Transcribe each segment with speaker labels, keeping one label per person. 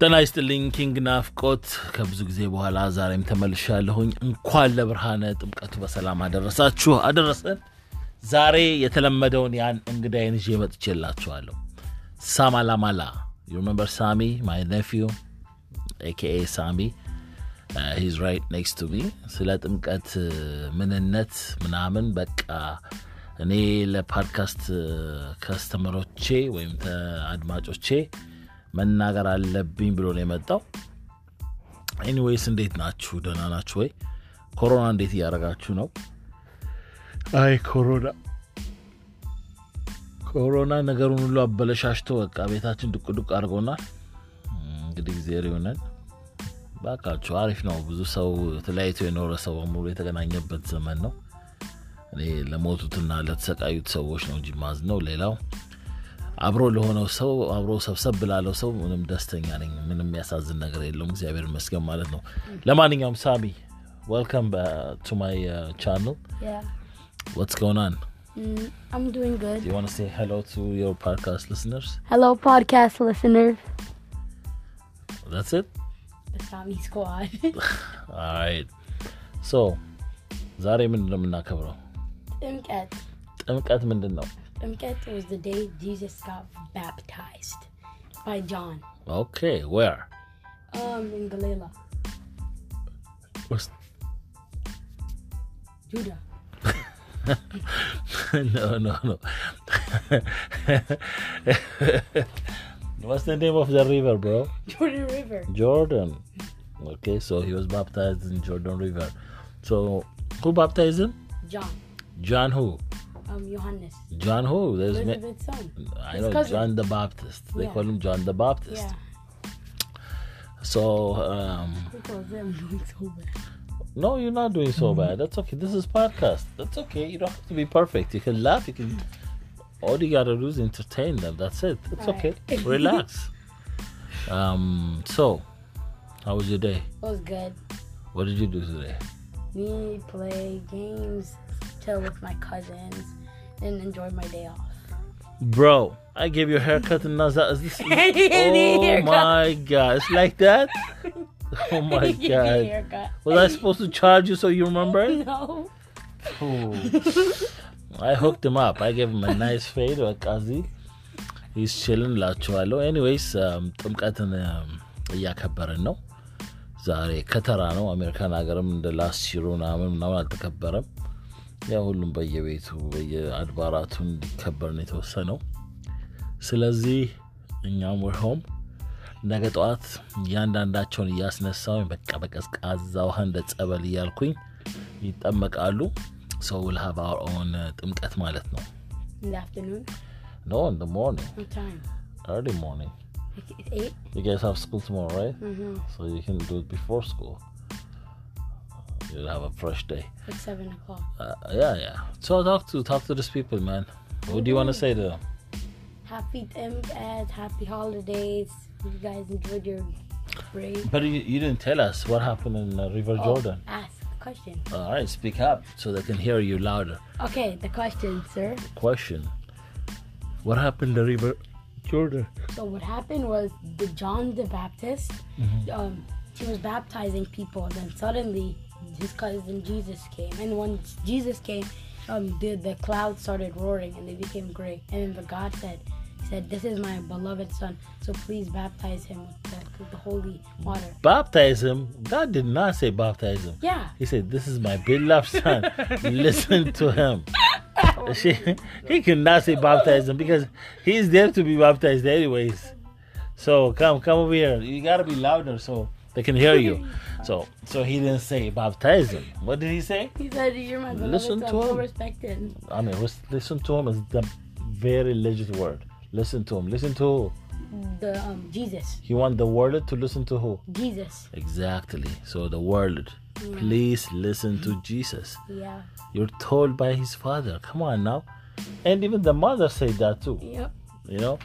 Speaker 1: ጤና ይስጥልኝ ኪንግ ናፍቆት ከብዙ ጊዜ በኋላ ዛሬም ተመልሻለሁኝ። እንኳን ለብርሃነ ጥምቀቱ በሰላም አደረሳችሁ አደረሰን። ዛሬ የተለመደውን ያን እንግዳዬን ይዤ መጥቼላችኋለሁ። ሳማላማላ ዩሪመምበር ሳሚ ማይ ነፊው ኤኬኤ ሳሚ ሂዝ ራይት ኔክስት ቱ ሚ ስለ ጥምቀት uh, ምንነት ምናምን በቃ እኔ ለፓድካስት uh, ከስተመሮቼ ወይም አድማጮቼ መናገር አለብኝ ብሎ ነው የመጣው። ኤኒዌይስ እንዴት ናችሁ? ደህና ናችሁ ወይ? ኮሮና እንዴት እያደረጋችሁ ነው? አይ ኮሮና ኮሮና ነገሩን ሁሉ አበለሻሽቶ በቃ ቤታችን ዱቅዱቅ አድርጎናል። እንግዲህ ጊዜ ሪሆነን ባካችሁ አሪፍ ነው። ብዙ ሰው ተለያይቶ የኖረ ሰው በሙሉ የተገናኘበት ዘመን ነው። እኔ ለሞቱትና ለተሰቃዩት ሰዎች ነው እንጂ ማዝነው ሌላው አብሮ ለሆነው ሰው አብሮ ሰብሰብ ላለው ሰው ምንም ደስተኛ ነኝ። ምንም የሚያሳዝን ነገር የለውም። እግዚአብሔር ይመስገን ማለት ነው። ለማንኛውም ሳሚ ወልካም ቱ ማይ ቻናል
Speaker 2: Yeah,
Speaker 1: ዋትስ ጎን ኦን
Speaker 2: mm, I'm doing good.
Speaker 1: ዩ ዋን ሴ ሄሎ ቱ ዮር ፖድካስት ሊስነርስ
Speaker 2: Hello, podcast listeners.
Speaker 1: ዛትስ ኢት
Speaker 3: The Sami Squad.
Speaker 1: አራይት ሶ ዛሬ ምንድን ነው የምናከብረው?
Speaker 3: Imket.
Speaker 1: ጥምቀት ምንድን ነው?
Speaker 3: Imket was the day Jesus got baptized by John.
Speaker 1: ኦኬ ዌር
Speaker 3: Um, in Galila, Judah.
Speaker 1: no, no, no. What's the name of the river, bro?
Speaker 3: Jordan River.
Speaker 1: Jordan. Okay, so he was baptized in Jordan River. So who baptized him?
Speaker 3: John.
Speaker 1: John who?
Speaker 3: Um, Johannes.
Speaker 1: John who? There's ma-
Speaker 3: Elizabeth's son.
Speaker 1: I
Speaker 3: his
Speaker 1: know
Speaker 3: cousin.
Speaker 1: John the Baptist. They
Speaker 3: Yeah.
Speaker 1: call him John the Baptist.
Speaker 3: Yeah.
Speaker 1: So um,
Speaker 3: Because I'm doing so bad.
Speaker 1: no, you're not doing so bad. That's okay. This is podcast. That's okay. You don't have to be perfect. You can laugh. You can. All you gotta do is entertain them. That's it. It's okay.
Speaker 3: Alright.
Speaker 1: Relax. um. So, how was your day?
Speaker 3: It was good.
Speaker 1: What did you do today?
Speaker 3: Me play games, chill with my cousins, and enjoy my day off.
Speaker 1: Bro, I gave you a haircut and now that is this.
Speaker 3: I didn't need
Speaker 1: oh
Speaker 3: a haircut.
Speaker 1: my god, it's like that? Oh my
Speaker 3: Give me a
Speaker 1: god.
Speaker 3: haircut.
Speaker 1: Was I supposed to charge you so you remember? it?
Speaker 3: No.
Speaker 1: Oh. I hooked him up. I gave him a nice fade or kazi. He's chilling ላችኋለሁ። ኤኒዌይስ ጥምቀትን um, እያከበርን ነው ዛሬ ከተራ ነው። አሜሪካን ሀገርም እንደ ላስት ሮ ምናምን ምናምን አልተከበረም። ያ ሁሉም በየቤቱ በየአድባራቱ እንዲከበር ነው የተወሰነው። ስለዚህ እኛም ወር ሆም ነገ ጠዋት እያንዳንዳቸውን እያስነሳሁኝ በቃ በቀዝቃዛ ውሃ እንደ ጸበል እያልኩኝ ይጠመቃሉ። ሰው ዊል ሃቭ አወር ኦን uh, ጥምቀት ማለት ነው።
Speaker 3: In the afternoon.
Speaker 1: ኖ ኢን ደ ሞርኒንግ
Speaker 3: What time?
Speaker 1: ኤርሊ ሞርኒንግ
Speaker 3: Like it's eight.
Speaker 1: ዩ ጋይስ ሃቭ ስኩል ቱሞሮ ራይት
Speaker 3: Mm-hmm.
Speaker 1: ሶ ዩ ካን ዱ ኢት ቢፎር ስኩል ዩ ሃቭ አ ፍሬሽ ዴይ
Speaker 3: It's seven o'clock.
Speaker 1: ያ ያ ሶ ታክ ቱ ታክ ቱ ዲስ ፒፕል ማን ዋት ዱ ዩ ዋንት ቱ ሴይ ቱ ዴም
Speaker 3: Happy Imket, happy holidays. You guys enjoyed your break.
Speaker 1: But you, you didn't tell us what happened in uh, River Jordan.
Speaker 3: Oh, ask a question.
Speaker 1: All right, speak up so they can hear you louder.
Speaker 3: Okay, the question, sir.
Speaker 1: Question What happened to River Jordan?
Speaker 3: So what happened was the John the Baptist,
Speaker 1: Mm-hmm.
Speaker 3: um, he was baptizing people, and then suddenly his cousin Jesus came, and once Jesus came, um, the the clouds started roaring, and they became gray, and then the God said. He said, "This is my beloved son, so please baptize him with the, with the holy water."
Speaker 1: Baptize him? God did not say baptize him.
Speaker 3: Yeah,
Speaker 1: He said, This is my beloved son. Listen to him. She, he cannot say baptize him because he's there to be baptized anyways. So come, come over here. You gotta be louder so they can hear you. So, so he didn't say baptize him. What did he say?
Speaker 3: he said, "You're my beloved
Speaker 1: Listen
Speaker 3: son,
Speaker 1: to
Speaker 3: so
Speaker 1: him.
Speaker 3: respected."
Speaker 1: I mean, lis- listen to him is the very legit word. Listen to him. Listen to who?
Speaker 3: the um, Jesus.
Speaker 1: You want the world to listen to who?
Speaker 3: Jesus.
Speaker 1: Exactly. So the world, please listen to Jesus.
Speaker 3: Yeah.
Speaker 1: You're told by his father. Come on now. And even the mother said that too.
Speaker 3: Yep.
Speaker 1: You know,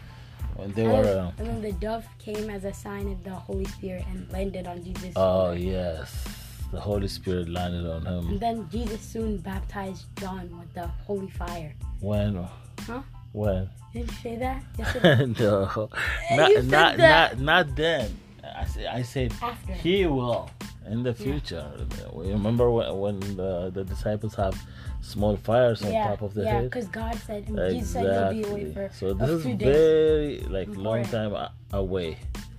Speaker 1: when they
Speaker 3: And,
Speaker 1: were. uh,
Speaker 3: and then the dove came as a sign of the Holy Spirit and landed on Jesus.
Speaker 1: Uh, oh yes, the Holy Spirit landed on
Speaker 3: and
Speaker 1: him.
Speaker 3: then Jesus soon baptized John with the holy fire.
Speaker 1: When?
Speaker 3: Huh?
Speaker 1: When?
Speaker 3: Did you say that? Yes, it-
Speaker 1: no,
Speaker 3: you
Speaker 1: not
Speaker 3: said
Speaker 1: not,
Speaker 3: that.
Speaker 1: not not then. I, say, I said
Speaker 3: After.
Speaker 1: he will in the future. We Remember when, when the, the disciples have small fires on
Speaker 3: yeah,
Speaker 1: top of the
Speaker 3: yeah,
Speaker 1: head?
Speaker 3: because God said, and
Speaker 1: Exactly.
Speaker 3: Jesus said you'll be away for
Speaker 1: so
Speaker 3: a
Speaker 1: this
Speaker 3: few
Speaker 1: is
Speaker 3: days.
Speaker 1: very like long
Speaker 3: Right.
Speaker 1: time a- away.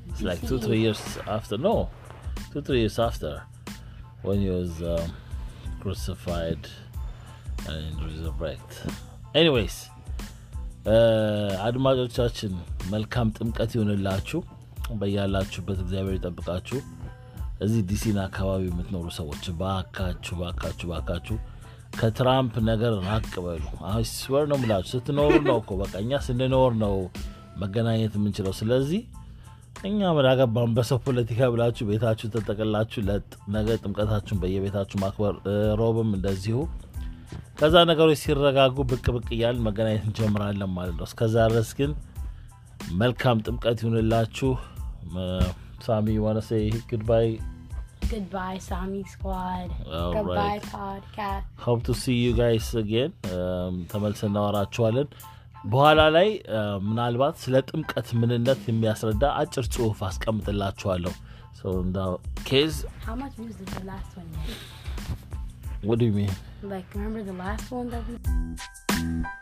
Speaker 1: It's like two
Speaker 3: see.
Speaker 1: three years after. No, two three years after when he was um, crucified and resurrected. Anyways, uh, አድማጮቻችን መልካም ጥምቀት ይሆንላችሁ በያላችሁበት እግዚአብሔር ይጠብቃችሁ እዚህ ዲሲን አካባቢ የምትኖሩ ሰዎች ባካችሁ ባካችሁ ባካችሁ ከትራምፕ ነገር ራቅ በሉ ስወር ነው ምላችሁ ስትኖሩ ነው እኮ በቃ እኛ ስንኖር ነው መገናኘት የምንችለው ስለዚህ እኛ ምን አገባን በሰው ፖለቲካ ብላችሁ ቤታችሁ ተጠቅላችሁ ለጥ- ነገ ጥምቀታችሁን በየቤታችሁ ማክበር እ፣ ሮብም እንደዚሁ ከዛ ነገሮች ሲረጋጉ ብቅ ብቅ እያልን መገናኘት እንጀምራለን ማለት ነው እስከዛ ድረስ ግን መልካም ጥምቀት ይሁንላችሁ መ- ሳሚ ዋነሴ ግድባይ
Speaker 3: Goodbye, Sami Squad.
Speaker 1: All
Speaker 3: Goodbye,
Speaker 1: right.
Speaker 3: podcast.
Speaker 1: ሆፕ ቱ ሲ ዩ ጋይስ ጌን ተመልሰ እናወራችኋለን በኋላ ላይ እ፣ ምናልባት ስለ ጥምቀት ምንነት የሚያስረዳ አጭር ጽሁፍ አስቀምጥላችኋለሁ ሰው እንዳ ኬዝ
Speaker 3: How much views did the last one get?
Speaker 1: What do you mean?
Speaker 3: Like, remember the last one that we